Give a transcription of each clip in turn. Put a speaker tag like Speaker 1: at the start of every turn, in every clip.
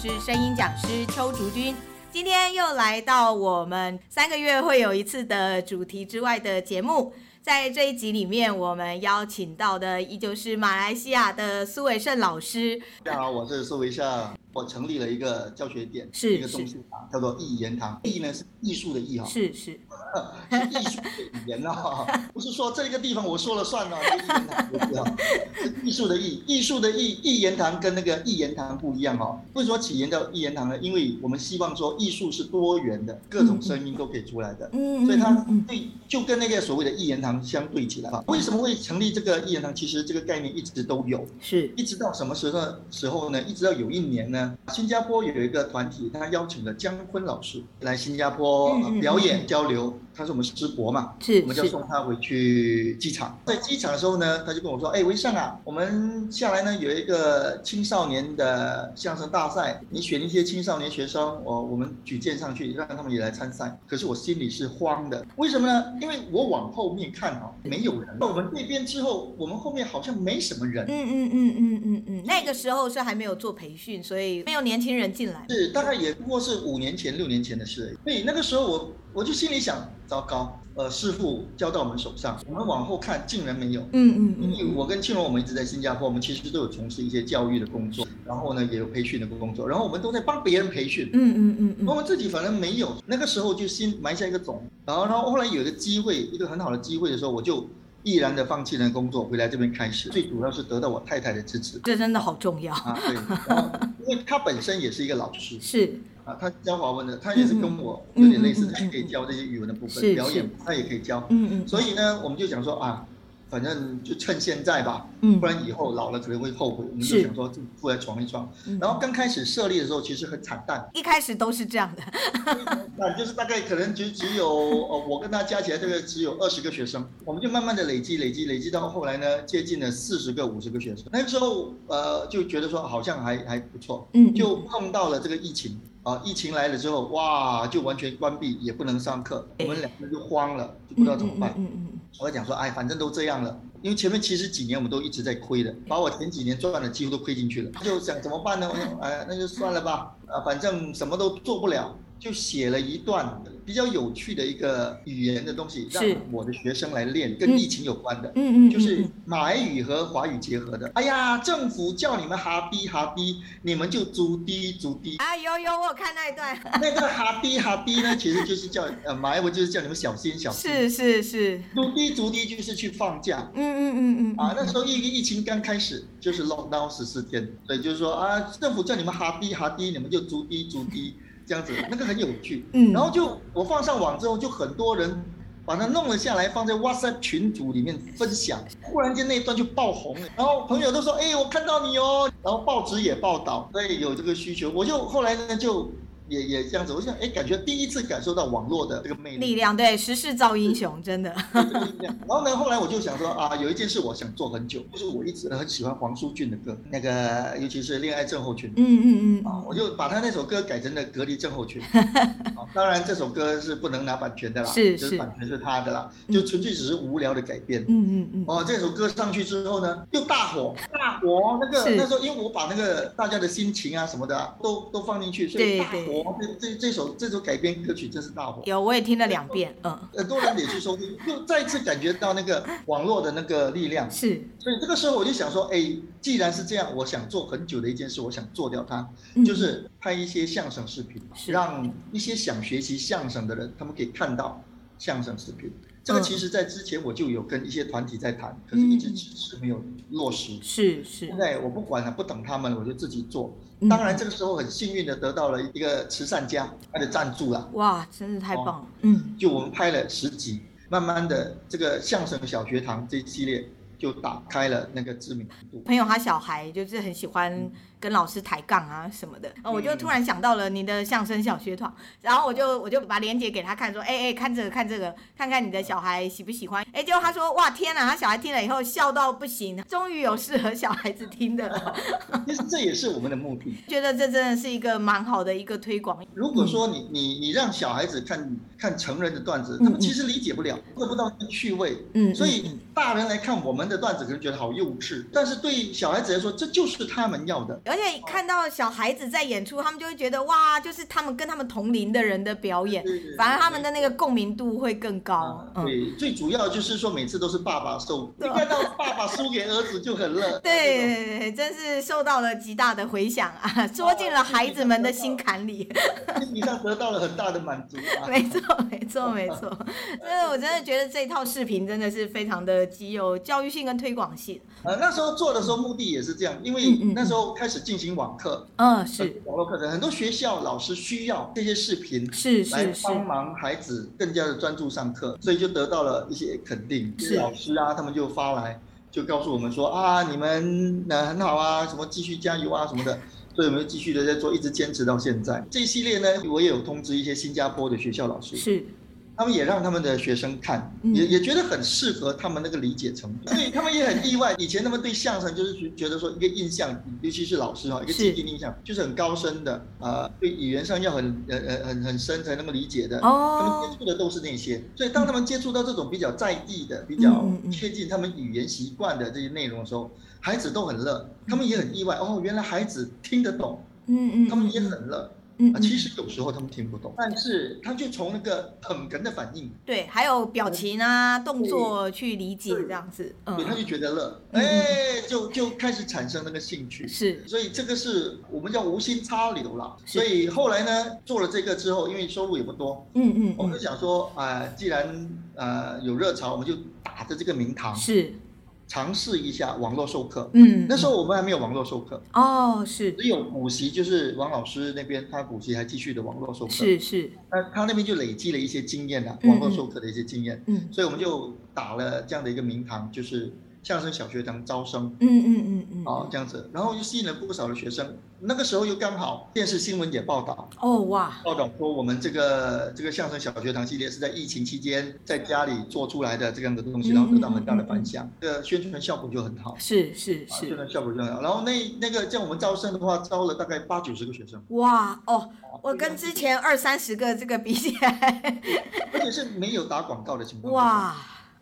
Speaker 1: 是声音讲师邱竹君。今天又来到我们三个月会有一次的主题之外的节目，在这一集里面，我们邀请到的依旧是马来西亚的苏伟胜老师。
Speaker 2: 大家好，我是苏维夏，我成立了一个教学点，
Speaker 1: 是
Speaker 2: 一个东西堂，叫做艺言堂。艺呢是艺术的艺哈，
Speaker 1: 是是，
Speaker 2: 是艺术的语言哦， 不是说这个地方我说了算哦，这个艺言堂不是哦，是艺术的艺，艺术的艺，艺言堂跟那个艺言堂不一样哦。为什么起源叫艺言堂呢？因为我们希望说艺术是多元的，各种声音都可以出来的。
Speaker 1: 嗯
Speaker 2: 所以它
Speaker 1: 嗯
Speaker 2: 对就跟那个所谓的一言堂相对起来啊，为什么会成立这个一言堂？其实这个概念一直都有，
Speaker 1: 是
Speaker 2: 一直到什么时候时候呢？一直到有一年呢，新加坡有一个团体，他邀请了姜昆老师来新加坡
Speaker 1: 嗯嗯嗯
Speaker 2: 表演交流，他是我们师伯嘛，
Speaker 1: 是，
Speaker 2: 我们就是送他回去机场。在机场的时候呢，他就跟我说：“哎，维尚啊，我们下来呢有一个青少年的相声大赛，你选一些青少年学生，我我们举荐上去，让他们也来参赛。”可是我心里是慌的，为什么呢？因为我往后面看哦，没有人。到我们这边之后，我们后面好像没什么人
Speaker 1: 嗯。嗯嗯嗯嗯嗯，那个时候是还没有做培训，所以没有年轻人进来。
Speaker 2: 是，大概也不过是五年前、六年前的事而已。所以那个时候我我就心里想，糟糕，呃，师傅交到我们手上，我们往后看竟然没有。
Speaker 1: 嗯嗯
Speaker 2: 因为我跟庆荣，我们一直在新加坡，我们其实都有从事一些教育的工作，然后呢也有培训的工作，然后我们都在帮别人培训，
Speaker 1: 嗯嗯嗯
Speaker 2: 我们自己反正没有。那个时候就先埋下一个种，然后然后后来有一个机会，一个很好的机会的时候，我就毅然的放弃了工作，回来这边开始。最主要是得到我太太的支持
Speaker 1: 这真的好重要。
Speaker 2: 啊，对，然后因为她本身也是一个老师
Speaker 1: 是
Speaker 2: 啊，她教华文的，她也是跟我
Speaker 1: 嗯嗯
Speaker 2: 有点类似，
Speaker 1: 嗯嗯
Speaker 2: 她也可以教这些语文的部
Speaker 1: 是
Speaker 2: 分，表演她也可以教，
Speaker 1: 嗯嗯
Speaker 2: 所以呢，我们就想说啊，反正就趁现在吧。
Speaker 1: 嗯
Speaker 2: 不然以后老了可能会后悔。我们就是想说自己出来闯一闯。
Speaker 1: 嗯，
Speaker 2: 然后刚开始设立的时候，其实很惨淡
Speaker 1: 一开始都是这样的。
Speaker 2: 那就是大概可能就只有呃，我跟他加起来这个只有二十个学生，我们就慢慢的累积累积累积到后来呢，接近了四十个五十个学生。那个时候呃就觉得说好像还还不错，
Speaker 1: 嗯
Speaker 2: 就碰到了这个疫情啊、疫情来了之后，哇，就完全关闭，也不能上课，我们两个就慌了，就不知道怎么办。
Speaker 1: 嗯嗯
Speaker 2: 我讲说，哎，反正都这样了，因为前面其实几年我们都一直在亏的，把我前几年赚的几乎都亏进去了，就想怎么办呢？我想，哎，那就算了吧，啊，反正什么都做不了，就写了一段比较有趣的一个语言的东西，让
Speaker 1: 是
Speaker 2: 我的学生来练，跟疫情有关的。
Speaker 1: 嗯嗯，
Speaker 2: 就是马来语和华语结合的。哎呀，政府叫你们哈逼哈逼，你们就猪低猪低。
Speaker 1: 啊，有有，我有看那一段，
Speaker 2: 那个哈逼哈逼呢，其实就是叫呃马来文就是叫你们小心小心。
Speaker 1: 是是是，
Speaker 2: 猪低猪低就是去放假。
Speaker 1: 嗯嗯嗯嗯
Speaker 2: 啊，那时候疫疫情刚开始，就是 lockdown 十四天，所以就是说啊，政府叫你们哈逼哈逼，你们就逐逼逐逼这样子，那个很有趣。
Speaker 1: 嗯
Speaker 2: 然后就我放上网之后，就很多人把它弄了下来，放在 WhatsApp 群组里面分享，忽然间那一段就爆红了，然后朋友都说，哎，我看到你哦，然后报纸也报道，所以有这个需求，我就后来呢就也也这样子，我想哎，感觉第一次感受到网络的这个魅力
Speaker 1: 力。量对，时势造英雄，真的，
Speaker 2: 然后呢，后来我就想说啊，有一件事我想做很久，就是我一直很喜欢黄舒骏的歌，那个尤其是《恋爱症候群》
Speaker 1: 嗯嗯
Speaker 2: 啊，
Speaker 1: 嗯，
Speaker 2: 我就把他那首歌改成了《隔离症候群》 啊。当然，这首歌是不能拿版权的啦，
Speaker 1: 是
Speaker 2: 就是是版权是他的啦，就纯粹只是无聊的改编。
Speaker 1: 嗯嗯嗯，
Speaker 2: 哦，这首歌上去之后呢，又大火，大火。那个
Speaker 1: 是
Speaker 2: 那时候，因为我把那个大家的心情啊什么的啊、都都放进去，所
Speaker 1: 对
Speaker 2: 以大火。这这这首这首改编歌曲真是大火。
Speaker 1: 有，我也听了两遍，嗯，
Speaker 2: 很呃多人也去收听，就再次感觉到那个网络的那个力量。
Speaker 1: 是，
Speaker 2: 所以这个时候我就想说，哎，既然是这样，我想做很久的一件事，我想做掉它，
Speaker 1: 嗯
Speaker 2: 就是拍一些相声视频，
Speaker 1: 是
Speaker 2: 让一些想学习相声的人，他们可以看到相声视频。这个
Speaker 1: 嗯
Speaker 2: 其实在之前我就有跟一些团体在谈，可是一直迟迟没有落实。
Speaker 1: 嗯是是
Speaker 2: 现，在我不管了，不等他们了，我就自己做
Speaker 1: 嗯。
Speaker 2: 当然，这个时候很幸运的得到了一个慈善家他的赞助啦，
Speaker 1: 哇，真是太
Speaker 2: 哦
Speaker 1: 棒了，嗯
Speaker 2: 就我们拍了十集，慢慢的这个相声小学堂这一系列就打开了那个知名度。
Speaker 1: 朋友他小孩就是很喜欢跟老师抬杠啊什么的，哦，我就突然想到了你的相声小学团，然后我就我就把链接给他看，说，哎、哎、看这个看这个，看看你的小孩喜不喜欢，哎、结果他说，哇天哪，他小孩听了以后笑到不行，终于有适合小孩子听的了，
Speaker 2: 其实这也是我们的目的。
Speaker 1: 觉得这真的是一个蛮好的一个推广，
Speaker 2: 如果说你你你让小孩子看看成人的段子，
Speaker 1: 嗯
Speaker 2: 他们其实理解不了，得不到那个趣味。
Speaker 1: 嗯，
Speaker 2: 所以大人来看我们的段子可能觉得好幼稚，但是对小孩子来说，这就是他们要的。
Speaker 1: 而且看到小孩子在演出，他们就会觉得哇，就是他们跟他们同龄的人的表演，
Speaker 2: 对对
Speaker 1: 反而他们的那个共鸣度会更高。
Speaker 2: 啊，
Speaker 1: 嗯，
Speaker 2: 对，最主要就是说每次都是爸爸输，你
Speaker 1: 对
Speaker 2: 看到爸爸输给儿子就很乐。
Speaker 1: 对
Speaker 2: 这种，
Speaker 1: 对对对，真是受到了极大的回响 啊，说进了孩子们的心坎里。
Speaker 2: 心理上得到了很大的满足啊。
Speaker 1: 没错，没错，
Speaker 2: 哦
Speaker 1: 没错。所以我真的觉得这套视频真的是非常的极有教育性跟推广性。
Speaker 2: 呃，那时候做的时候目的也是这样，因为
Speaker 1: 嗯嗯嗯
Speaker 2: 那时候开始进行网课，
Speaker 1: 嗯，是
Speaker 2: 网络课程，很多学校老师需要这些视频
Speaker 1: 是
Speaker 2: 来
Speaker 1: 是是，
Speaker 2: 帮忙孩子更加的专注上课，所以就得到了一些肯定。
Speaker 1: 是
Speaker 2: 就是老师啊，他们就发来，就告诉我们说啊，你们呃很好啊，什么继续加油啊什么的。所以我们就继续的在做，一直坚持到现在。这一系列呢，我也有通知一些新加坡的学校老师，
Speaker 1: 是
Speaker 2: 他们也让他们的学生看，
Speaker 1: 嗯
Speaker 2: 也也觉得很适合他们那个理解程度，所以他们也很意外。以前他们对相声就是觉觉得说一个印象，尤其是老师哈，一个
Speaker 1: 是
Speaker 2: 既定印象就是很高深的，呃，对语言上要很呃呃很很深才能够理解的。他们
Speaker 1: 哦
Speaker 2: 接，触的都是那些，所以当他们接触到这种比较在地的、比较
Speaker 1: 嗯嗯
Speaker 2: 贴近他们语言习惯的这些内容的时候，孩子都很乐，他们也很意外哦，原来孩子听得懂，
Speaker 1: 嗯嗯嗯，
Speaker 2: 他们也
Speaker 1: 嗯
Speaker 2: 很乐。
Speaker 1: 嗯
Speaker 2: 啊，
Speaker 1: 嗯
Speaker 2: 其实有时候他们听不懂，但是他就从那个捧哏的反应，
Speaker 1: 对，还有表情啊、动作去理解
Speaker 2: 对
Speaker 1: 这样子，
Speaker 2: 对，他
Speaker 1: 嗯，
Speaker 2: 就觉得乐，
Speaker 1: 嗯嗯
Speaker 2: 哎，就就开始产生那个兴趣。
Speaker 1: 是
Speaker 2: 所以这个是我们叫无心插柳啦。
Speaker 1: 是
Speaker 2: 所以后来呢，做了这个之后，因为收入也不多，
Speaker 1: 嗯嗯
Speaker 2: 我们
Speaker 1: 嗯，
Speaker 2: 就想说啊、既然呃有热潮，我们就打着这个名堂
Speaker 1: 是，
Speaker 2: 尝试一下网络授课。
Speaker 1: 嗯，
Speaker 2: 那时候我们还没有网络授课，
Speaker 1: 哦，是
Speaker 2: 只有补习，就是王老师那边他补习还继续的网络授课。，
Speaker 1: 是是，
Speaker 2: 那他那边就累积了一些经验啦，
Speaker 1: 嗯
Speaker 2: 网络授课的一些经验，
Speaker 1: 嗯
Speaker 2: 所以我们就打了这样的一个名堂，就是相声小学堂招生。
Speaker 1: 嗯嗯嗯嗯，
Speaker 2: 哦，这样子，然后就吸引了不少的学生。那个时候又刚好电视新闻也报道，
Speaker 1: 哦哇，
Speaker 2: 报道说我们这个这个相声小学堂系列是在疫情期间在家里做出来的这样的东西，然后得到很大的反
Speaker 1: 嗯
Speaker 2: 响，这个宣传效果就很好，
Speaker 1: 是是
Speaker 2: 啊宣
Speaker 1: 是，
Speaker 2: 传效果就很好。然后那那个像我们招生的话，招了大概八九十个学生，
Speaker 1: 哇哦，我跟之前二三十个这个比起 来，
Speaker 2: 而且是没有打广告的情况，，
Speaker 1: 哇，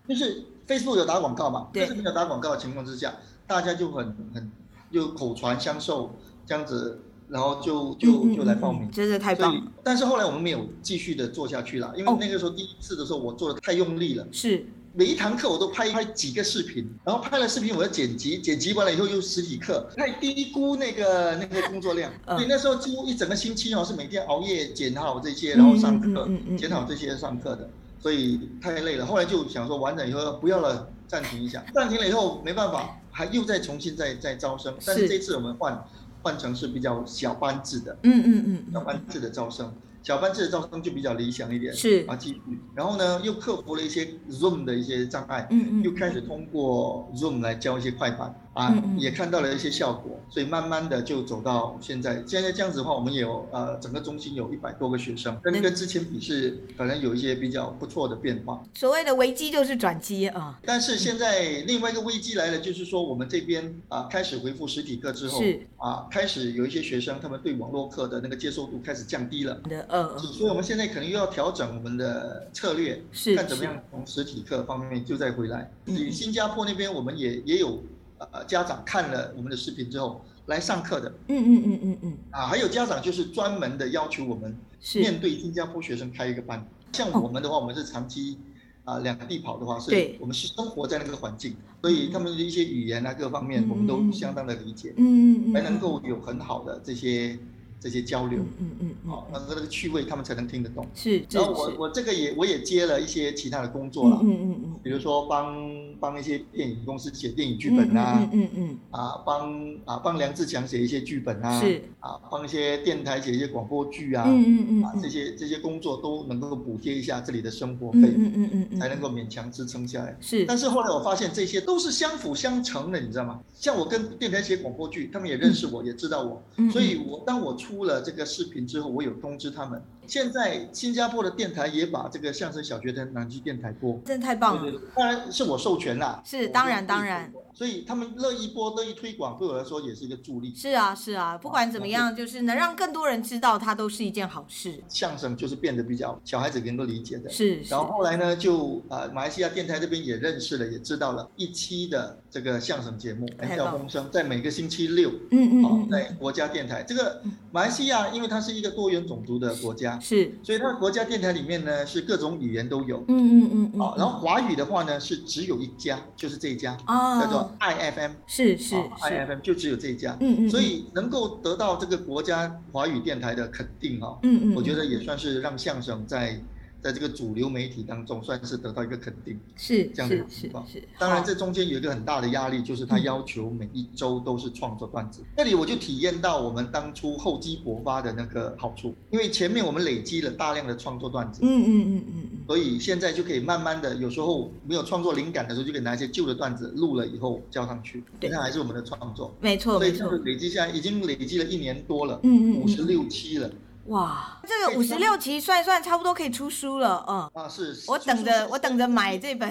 Speaker 2: 就是 Facebook 有打广告嘛，
Speaker 1: 对
Speaker 2: 但是没有打广告的情况之下，大家就很很就口传相授这样子，然后就就
Speaker 1: 嗯
Speaker 2: 就来报名
Speaker 1: 嗯嗯。真的太
Speaker 2: 所
Speaker 1: 棒
Speaker 2: 以
Speaker 1: 了，，
Speaker 2: 但是后来我们没有继续的做下去了，因为
Speaker 1: 哦
Speaker 2: 那个时候第一次的时候我做的太用力了，
Speaker 1: 是
Speaker 2: 每一堂课我都拍拍几个视频，然后拍了视频我要剪辑，剪辑完了以后又十几课，太低估那个那个工作量，
Speaker 1: 嗯
Speaker 2: 所以那时候几乎一整个星期哦是每天熬夜剪好这些，然后上课
Speaker 1: 嗯嗯嗯嗯嗯
Speaker 2: 剪好这些上课的，所以太累了。后来就想说完整以后不要了，暂停一下，暂停了以后没办法，还又再重新再再招生，但
Speaker 1: 是
Speaker 2: 是这次我们换换成是比较小班制的。
Speaker 1: 嗯嗯嗯
Speaker 2: 小
Speaker 1: 嗯，
Speaker 2: 班制的招生，小班制的招生就比较理想一点，
Speaker 1: 是
Speaker 2: 啊，继续。然后呢，又克服了一些 Zoom 的一些障碍，
Speaker 1: 嗯嗯，
Speaker 2: 又开始通过 Zoom 来教一些快板啊
Speaker 1: 嗯，嗯
Speaker 2: 也看到了一些效果，所以慢慢的就走到现在。现在这样子的话，我们也有呃整个中心有一百多个学生，跟
Speaker 1: 嗯
Speaker 2: 跟之前比是反正有一些比较不错的变化。
Speaker 1: 所谓的危机就是转机啊，
Speaker 2: 但是现在另外一个危机来了，就是说我们这边啊开始恢复实体课之后
Speaker 1: 是
Speaker 2: 啊，开始有一些学生他们对网络课的那个接受度开始降低了。
Speaker 1: 的呃
Speaker 2: 所以我们现在可能又要调整我们的策略，
Speaker 1: 是
Speaker 2: 看怎么
Speaker 1: 是
Speaker 2: 样从实体课方面就再回来。
Speaker 1: 嗯
Speaker 2: 至于新加坡那边，我们也也有呃家长看了我们的视频之后来上课的
Speaker 1: 嗯嗯嗯嗯嗯，
Speaker 2: 啊，还有家长就是专门的要求我们
Speaker 1: 是
Speaker 2: 面对新加坡学生开一个班。像
Speaker 1: 哦
Speaker 2: 我们的话，我们是长期。啊，两地跑的话，是
Speaker 1: 对
Speaker 2: 我们是生活在那个环境，所以他们的一些语言啊各方面，
Speaker 1: 嗯
Speaker 2: 我们都
Speaker 1: 嗯嗯
Speaker 2: 相当的理解，
Speaker 1: 嗯嗯嗯，
Speaker 2: 才能够有很好的这些这些交流
Speaker 1: 嗯。嗯嗯
Speaker 2: 好，
Speaker 1: 嗯，
Speaker 2: 那这个趣味他们才能听得懂。
Speaker 1: 是是
Speaker 2: 然后我
Speaker 1: 是。
Speaker 2: 我这个也我也接了一些其他的工作
Speaker 1: 嗯
Speaker 2: 了，
Speaker 1: 嗯嗯嗯，
Speaker 2: 比如说帮帮一些电影公司写电影剧本啊，
Speaker 1: 嗯嗯嗯
Speaker 2: 啊帮啊帮梁志强写一些剧本啊，
Speaker 1: 是
Speaker 2: 啊帮一些电台写一些广播剧啊，
Speaker 1: 嗯嗯嗯
Speaker 2: 啊这些这些工作都能够补贴一下这里的生活
Speaker 1: 嗯
Speaker 2: 费，
Speaker 1: 嗯嗯嗯嗯，
Speaker 2: 才能够勉强支撑下来。
Speaker 1: 是
Speaker 2: 但是后来我发现这些都是相辅相成的，你知道吗？像我跟电台写广播剧，他们也认识我，也知道我，
Speaker 1: 嗯
Speaker 2: 所以我当我出了这个视频之后，我有通知他们。现在新加坡的电台也把这个相声小学的南区电台播，
Speaker 1: 真的太棒了，
Speaker 2: 对对对当然是我授权啦，
Speaker 1: 是
Speaker 2: 我
Speaker 1: 当然
Speaker 2: 我自己
Speaker 1: 当然
Speaker 2: 做过所以他们乐意播、乐意推广，对我来说也是一个助力。
Speaker 1: 是啊，是啊，不管怎么样，就是能让更多人知道，它都是一件好事。
Speaker 2: 相声就是变得比较小孩子能够理解的。
Speaker 1: 是，是
Speaker 2: 然后后来呢，就啊、呃马来西亚电台这边也认识了，也知道了一期的这个相声节目，哎
Speaker 1: 太
Speaker 2: 叫
Speaker 1: 棒了
Speaker 2: 风声，在每个星期六，
Speaker 1: 嗯
Speaker 2: 哦
Speaker 1: 嗯，嗯，
Speaker 2: 在国家电台。这个马来西亚，因为它是一个多元种族的国家，
Speaker 1: 是，
Speaker 2: 所以它的国家电台里面呢是各种语言都有。
Speaker 1: 嗯嗯嗯嗯，
Speaker 2: 哦，然后华语的话呢是只有一家，就是这一家，叫
Speaker 1: 哦
Speaker 2: 做，IFM，
Speaker 1: 是是
Speaker 2: 哦
Speaker 1: 是，
Speaker 2: IFM 就只有这一家。
Speaker 1: 嗯嗯，
Speaker 2: 所以能够得到这个国家华语电台的肯定哦，
Speaker 1: 嗯，嗯嗯，
Speaker 2: 我觉得也算是让相声在在这个主流媒体当中算是得到一个肯定。
Speaker 1: 是
Speaker 2: 这样的
Speaker 1: 是
Speaker 2: 情
Speaker 1: 是
Speaker 2: 况
Speaker 1: 是，
Speaker 2: 当然，
Speaker 1: 好
Speaker 2: 这中间有一个很大的压力，就是他要求每一周都是创作段子。这里我就体验到我们当初厚积薄发的那个好处，因为前面我们累积了大量的创作段子，
Speaker 1: 嗯嗯嗯嗯嗯，
Speaker 2: 所以现在就可以慢慢的，有时候没有创作灵感的时候，就可以拿一些旧的段子录了以后交上去，
Speaker 1: 对
Speaker 2: 那还是我们的创作。
Speaker 1: 没错
Speaker 2: 所
Speaker 1: 没
Speaker 2: 以这
Speaker 1: 错
Speaker 2: 样，累积下来，已经累积了一年多了，
Speaker 1: 嗯嗯
Speaker 2: 五十
Speaker 1: 嗯，
Speaker 2: 六期了
Speaker 1: 哇，这个五十六期算一算，差不多可以出书了，嗯。
Speaker 2: 啊！是，
Speaker 1: 我等着，我等着买这 本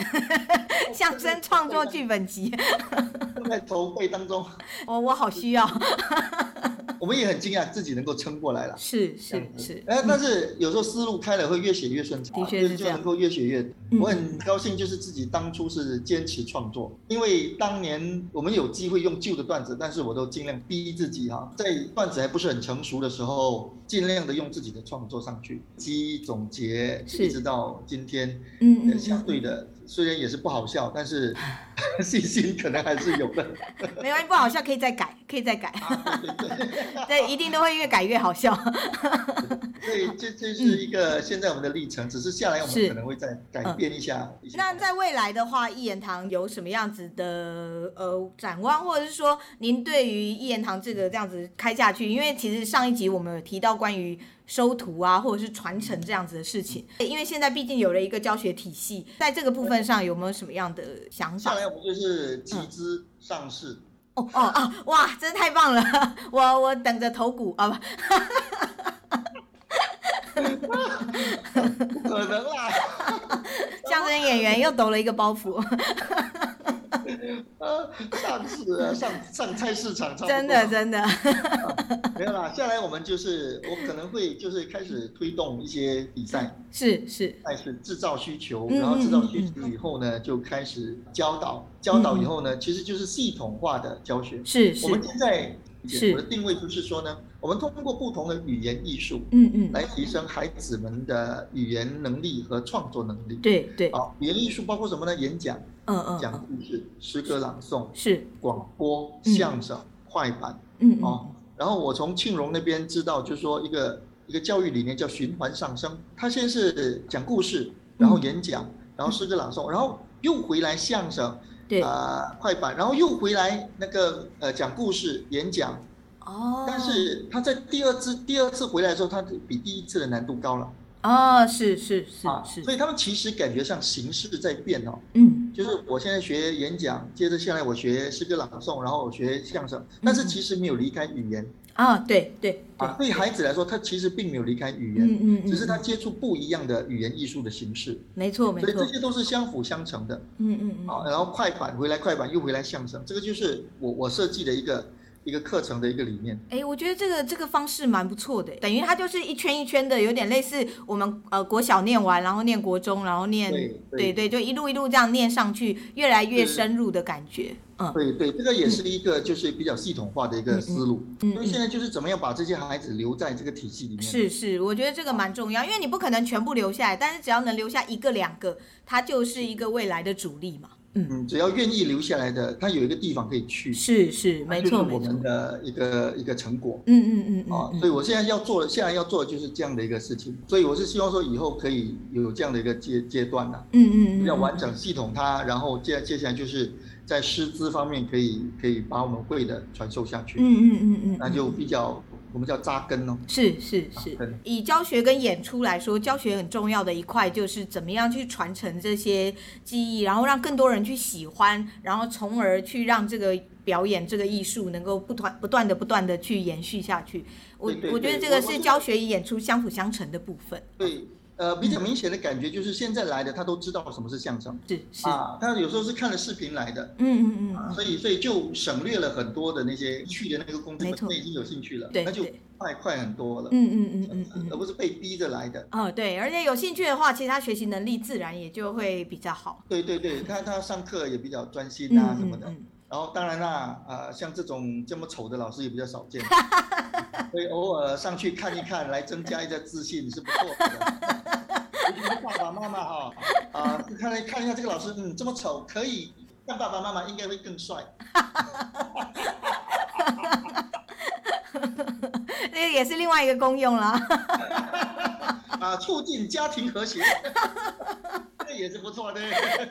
Speaker 1: 相声创作剧本集，
Speaker 2: 正在筹备当中，
Speaker 1: 我我好需要。
Speaker 2: 我们也很惊讶自己能够撑过来了。
Speaker 1: 是
Speaker 2: 这
Speaker 1: 是
Speaker 2: 样子
Speaker 1: 是，
Speaker 2: 哎，但是有时候思路开了会越写越顺畅，
Speaker 1: 嗯的
Speaker 2: 啊
Speaker 1: 确
Speaker 2: 就是就
Speaker 1: 这样
Speaker 2: 能够越写越。
Speaker 1: 嗯
Speaker 2: 我很高兴，就是自己当初是坚持创作，因为当年我们有机会用旧的段子，但是我都尽量逼自己哈、在段子还不是很成熟的时候，尽量的用自己的创作上去积总结，
Speaker 1: 是
Speaker 2: 一直到今天，
Speaker 1: 嗯嗯
Speaker 2: 呃相
Speaker 1: 嗯，
Speaker 2: 对的虽然也是不好笑，但是信心可能还是有的。
Speaker 1: 没关系，不好笑可以再改， 可以再改，
Speaker 2: 啊对对对
Speaker 1: 对，一定都会越改越好笑。
Speaker 2: 所以这这是一个现在我们的历程，只是下来我们
Speaker 1: 是嗯
Speaker 2: 可能会再改变一下。一些
Speaker 1: 那在未来的话，一言堂有什么样子的呃展望，或者是说您对于一言堂这个这样子开下去？因为其实上一集我们有提到关于收徒啊，或者是传承这样子的事情，因为现在毕竟有了一个教学体系，在这个部分上有没有什么样的想
Speaker 2: 下
Speaker 1: 法？
Speaker 2: 来我们 就是集资上市，
Speaker 1: 哦哦啊，哇，真的太棒了！ 我我等着投股啊，不嗯
Speaker 2: 不可能啊啦！
Speaker 1: 相声演员又抖了一个包 袱，
Speaker 2: 呃，上市啊，上上菜市场差不多
Speaker 1: 真的真的，
Speaker 2: 没有啦。下来我们就是我可能会就是开始推动一些比赛，
Speaker 1: 是是，
Speaker 2: 开始制造需求，
Speaker 1: 嗯
Speaker 2: 然后制造需求以后呢，就开始教导，教导以后呢，其实就是系统化的教学。
Speaker 1: 嗯是
Speaker 2: 我
Speaker 1: 是，
Speaker 2: 们现在
Speaker 1: 是
Speaker 2: 我的定位就是说呢，我们通过不同的语言艺术，
Speaker 1: 嗯嗯，
Speaker 2: 来提升孩子们的语言能力和创作能力。
Speaker 1: 对对，
Speaker 2: 好，语言艺术包括什么呢？演讲、
Speaker 1: 嗯嗯
Speaker 2: 讲
Speaker 1: 嗯，
Speaker 2: 故事、诗歌朗诵、
Speaker 1: 是，
Speaker 2: 广播、
Speaker 1: 嗯
Speaker 2: 相声、快板。
Speaker 1: 嗯嗯
Speaker 2: 哦
Speaker 1: 嗯。
Speaker 2: 然后我从庆荣那边知道，就是说一个一个教育理念叫循环上升。他先是讲故事，然后演讲，然后诗歌朗诵，然后又回来相声，
Speaker 1: 对，
Speaker 2: 呃，快板，然后又回来那个呃讲故事、演讲。
Speaker 1: 哦，
Speaker 2: 但是他在第二次第二次回来的时候，他比第一次的难度高了。
Speaker 1: 哦，是是是
Speaker 2: 啊，所
Speaker 1: 是，
Speaker 2: 以他们其实感觉上形式在变哦，
Speaker 1: 嗯，
Speaker 2: 就是我现在学演讲，接着下来我学诗歌朗诵，然后我学相声，但是其实没有离开语言
Speaker 1: 啊，对对嗯对，
Speaker 2: 啊。对孩子来说，他其实并没有离开语言，
Speaker 1: 嗯嗯嗯，
Speaker 2: 只是他
Speaker 1: 嗯
Speaker 2: 接触不一样的语言艺术的形式，
Speaker 1: 没错没
Speaker 2: 所以这
Speaker 1: 错，
Speaker 2: 些都是相辅相成的
Speaker 1: 嗯嗯
Speaker 2: 啊。
Speaker 1: 嗯，
Speaker 2: 然后快板回来，快板又回来相声，这个就是我我设计的一个一个课程的一个理念。
Speaker 1: 哎，我觉得这个这个方式蛮不错的，欸等于它就是一圈一圈的，有点类似我们呃国小念完，然后念国中，然后念
Speaker 2: 对
Speaker 1: 对对，就一路一路这样念上去，越来越
Speaker 2: 是
Speaker 1: 深入的感觉，嗯
Speaker 2: 对对，这个也是一个就是比较系统化的一个思路，
Speaker 1: 嗯
Speaker 2: 因
Speaker 1: 嗯。
Speaker 2: 为现在就是怎么样把这些孩子留在这个体系里面。
Speaker 1: 是是，我觉得这个蛮重要，因为你不可能全部留下来，但是只要能留下一个两个，它就是一个未来的主力嘛。嗯，
Speaker 2: 嗯，只要愿意留下来的，他有一个地方可以去，
Speaker 1: 是是，没错
Speaker 2: 这就是
Speaker 1: 没
Speaker 2: 我
Speaker 1: 错
Speaker 2: 们。的一个一个成果
Speaker 1: 嗯嗯嗯嗯
Speaker 2: 啊。
Speaker 1: 嗯，
Speaker 2: 所以我现在要做的，现在要做的就是这样的一个事情。所以我是希望说以后可以有这样的一个阶阶段呐、
Speaker 1: 嗯嗯嗯，
Speaker 2: 比较完
Speaker 1: 嗯。
Speaker 2: 整系统它，然后接接下来就是在师资方面可以可以把我们会的传授下去，
Speaker 1: 嗯嗯嗯嗯，
Speaker 2: 那就比较我们叫扎根哦。
Speaker 1: 是是是
Speaker 2: 对，
Speaker 1: 以教学跟演出来说，教学很重要的一块就是怎么样去传承这些记忆，然后让更多人去喜欢，然后从而去让这个表演这个艺术能够不断不断的不断的去延续下去。我
Speaker 2: 对对
Speaker 1: 我觉得
Speaker 2: 对
Speaker 1: 这
Speaker 2: 我
Speaker 1: 个
Speaker 2: 我觉
Speaker 1: 是
Speaker 2: 得
Speaker 1: 教学与演出相辅相成的部分。
Speaker 2: 对，呃，比较明显的感觉就是现在来的他都知道什么是相声
Speaker 1: 是是，
Speaker 2: 啊，他有时候是看了视频来的，
Speaker 1: 嗯嗯嗯，
Speaker 2: 所以所以就省略了很多的那些去的那个工作，
Speaker 1: 没错
Speaker 2: 本身已经有兴趣了，
Speaker 1: 对
Speaker 2: 那就
Speaker 1: 对
Speaker 2: 快快很多了，
Speaker 1: 嗯嗯嗯嗯嗯
Speaker 2: 而。不是被逼着来的。
Speaker 1: 哦，对，而且有兴趣的话，其实他学习能力自然也就会比较好。
Speaker 2: 对对 对，他他上课也比较专心啊什么的，
Speaker 1: 嗯
Speaker 2: 然后当然啦，呃，像这种这么丑的老师也比较少 见，所以偶尔上去看一看，来增加一下自信是不错的。尤其是爸爸妈妈哈、啊、看来看一下这个老师，嗯，这么丑可以，但爸爸妈妈应该会更帅。
Speaker 1: 嗯这个也是另外一个功用啦。
Speaker 2: 啊，促进家庭和谐，这也是不错的。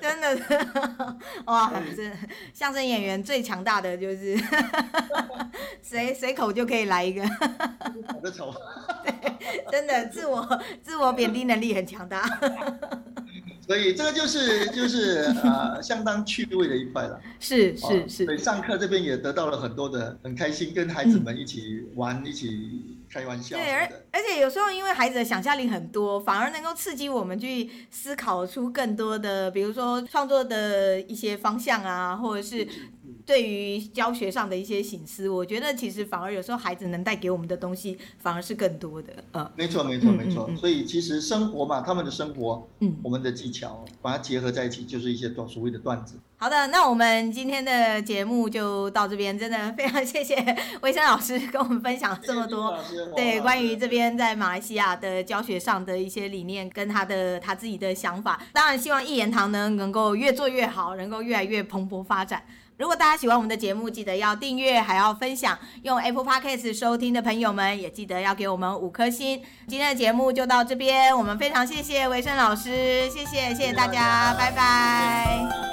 Speaker 1: 真的是，哇，这相声演员最强大的就是 随随口就可以来一个，
Speaker 2: 长得丑，
Speaker 1: 真的自我自我贬低能力很强大。
Speaker 2: 所以这个就是就是呃，相当趣味的一块了。
Speaker 1: 是
Speaker 2: 哦
Speaker 1: 是
Speaker 2: 所
Speaker 1: 是，
Speaker 2: 以上课这边也得到了很多的很开心，跟孩子们一起玩，一起开玩笑
Speaker 1: 对，
Speaker 2: 什么
Speaker 1: 而
Speaker 2: 的。
Speaker 1: 而且有时候因为孩子的想象力很多，反而能够刺激我们去思考出更多的，比如说创作的一些方向啊，或者是对于教学上的一些醒思，我觉得其实反而有时候孩子能带给我们的东西反而是更多的。呃，
Speaker 2: 没错，没错，
Speaker 1: 嗯
Speaker 2: 没错
Speaker 1: 嗯。嗯
Speaker 2: 所以其实生活嘛，他们的生活，
Speaker 1: 嗯，
Speaker 2: 我们的技巧，把它结合在一起，就是一些段所谓的段子。
Speaker 1: 好的，那我们今天的节目就到这边，真的非常谢 谢魏生老师跟我们分享这么多。
Speaker 2: 谢谢金老师
Speaker 1: 对，
Speaker 2: 哇
Speaker 1: 关于这边在马来西亚的教学上的一些理念，跟他的他自己的想法，当然希望一言堂呢能够越做越好，能够越来越蓬勃发展。如果大家喜欢我们的节目，记得要订阅，还要分享。用 Apple Podcast 收听的朋友们，也记得要给我们五颗星。今天的节目就到这边，我们非常谢谢维生老师，谢谢谢谢大家，拜拜